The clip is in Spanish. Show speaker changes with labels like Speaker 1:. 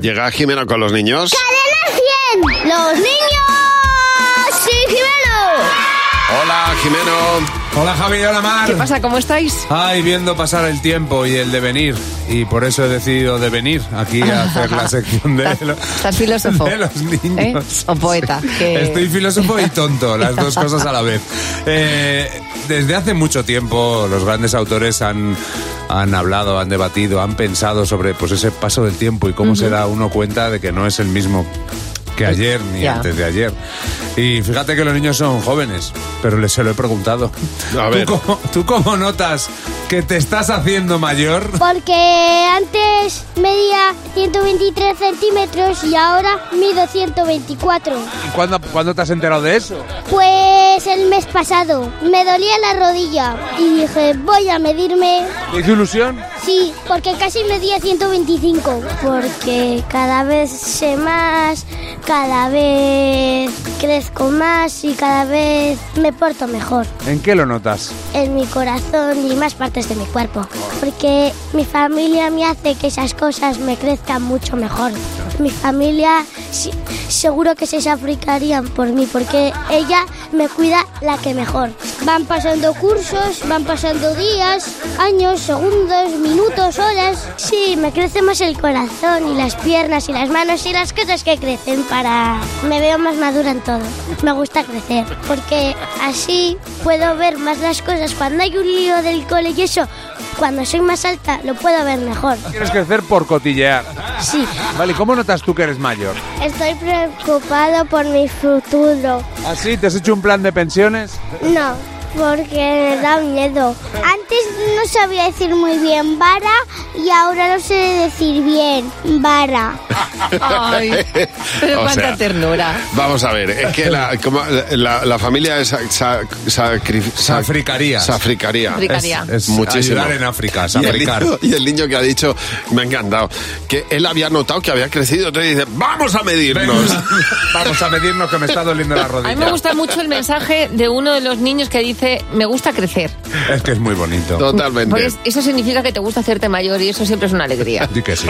Speaker 1: Llega Jimeno con los niños.
Speaker 2: ¡Cadena 100! ¡Los niños! ¡Sí,
Speaker 1: Hola, Jimeno.
Speaker 3: Hola Javi, hola Mar.
Speaker 4: ¿Qué pasa? ¿Cómo estáis?
Speaker 3: Ay, viendo pasar el tiempo y el devenir. Y por eso he decidido de venir aquí a hacer la sección de,
Speaker 4: Estás-
Speaker 3: lo-
Speaker 4: estás filósofo.
Speaker 3: de los niños.
Speaker 4: ¿Eh? O poeta, que-
Speaker 3: Estoy filósofo y tonto, las dos cosas a la vez. Eh, desde hace mucho tiempo los grandes autores han, han hablado, han debatido, han pensado sobre pues, ese paso del tiempo y cómo se da uno cuenta de que no es el mismo que ayer ni
Speaker 4: Pues, Ya.
Speaker 3: antes de ayer. Y fíjate que los niños son jóvenes, pero les se lo he preguntado.
Speaker 1: A
Speaker 3: ¿Tú
Speaker 1: ver.
Speaker 3: cómo, tú cómo notas que te estás haciendo mayor?
Speaker 2: Porque antes medía 123 centímetros y ahora mido 124.
Speaker 3: ¿Y cuándo, cuándo te has enterado de eso?
Speaker 2: Pues el mes pasado me dolía la rodilla y dije, voy a medirme.
Speaker 3: ¿Te hizo ilusión?
Speaker 2: Sí, porque casi medía 125. Porque cada vez sé más, cada vez crezco más y cada vez me porto mejor.
Speaker 3: ¿En qué lo notas?
Speaker 2: en mi corazón y más partes de mi cuerpo. Porque mi familia me hace que esas cosas me crezcan mucho mejor. Mi familia sí- seguro que se sacrificarían por mí porque ella me cuida la que mejor. Van pasando cursos, van pasando días, años, segundos, minutos, horas. Sí, me crece más el corazón y las piernas y las manos y las cosas que crecen para... Me veo más madura en todo. Me gusta crecer porque así puedo ver más las cosas. Cuando hay un lío del cole y eso, cuando soy más alta lo puedo ver mejor.
Speaker 3: Quieres crecer por cotillear.
Speaker 2: Sí,
Speaker 3: Vale, ¿y cómo notas tú que eres mayor?
Speaker 2: estoy preocupado por mi futuro.
Speaker 3: ¿Así? ¿Te has hecho un plan de pensiones?
Speaker 2: No, porque me da miedo. Antes no sabía decir muy bien vara y ahora no sé decir bien vara.
Speaker 4: Ay, pero
Speaker 1: O
Speaker 4: cuánta
Speaker 1: sea, pues
Speaker 4: ternura.
Speaker 1: Vamos a ver, es que la, como- la- la familia es sa- sa- sacri- sa-
Speaker 3: Safricarías.
Speaker 1: safricaría.
Speaker 4: Safrica- Picaría.
Speaker 3: Es, es
Speaker 1: Muchísimo.
Speaker 3: ayudar en África,
Speaker 1: Y el,
Speaker 3: sacrificar.
Speaker 1: niño, y el niño que ha dicho, me ha encantado, que él había notado que había crecido, entonces dice, vamos a medirnos.
Speaker 3: Vamos a medirnos que me está doliendo la
Speaker 4: A mí
Speaker 3: rodilla.
Speaker 4: me gusta mucho el mensaje de uno de los niños que dice, me gusta crecer.
Speaker 3: Es que es muy bonito.
Speaker 1: Totalmente.
Speaker 4: Pues Porque es- eso significa que te gusta hacerte mayor y eso siempre es una alegría.
Speaker 3: Di que sí.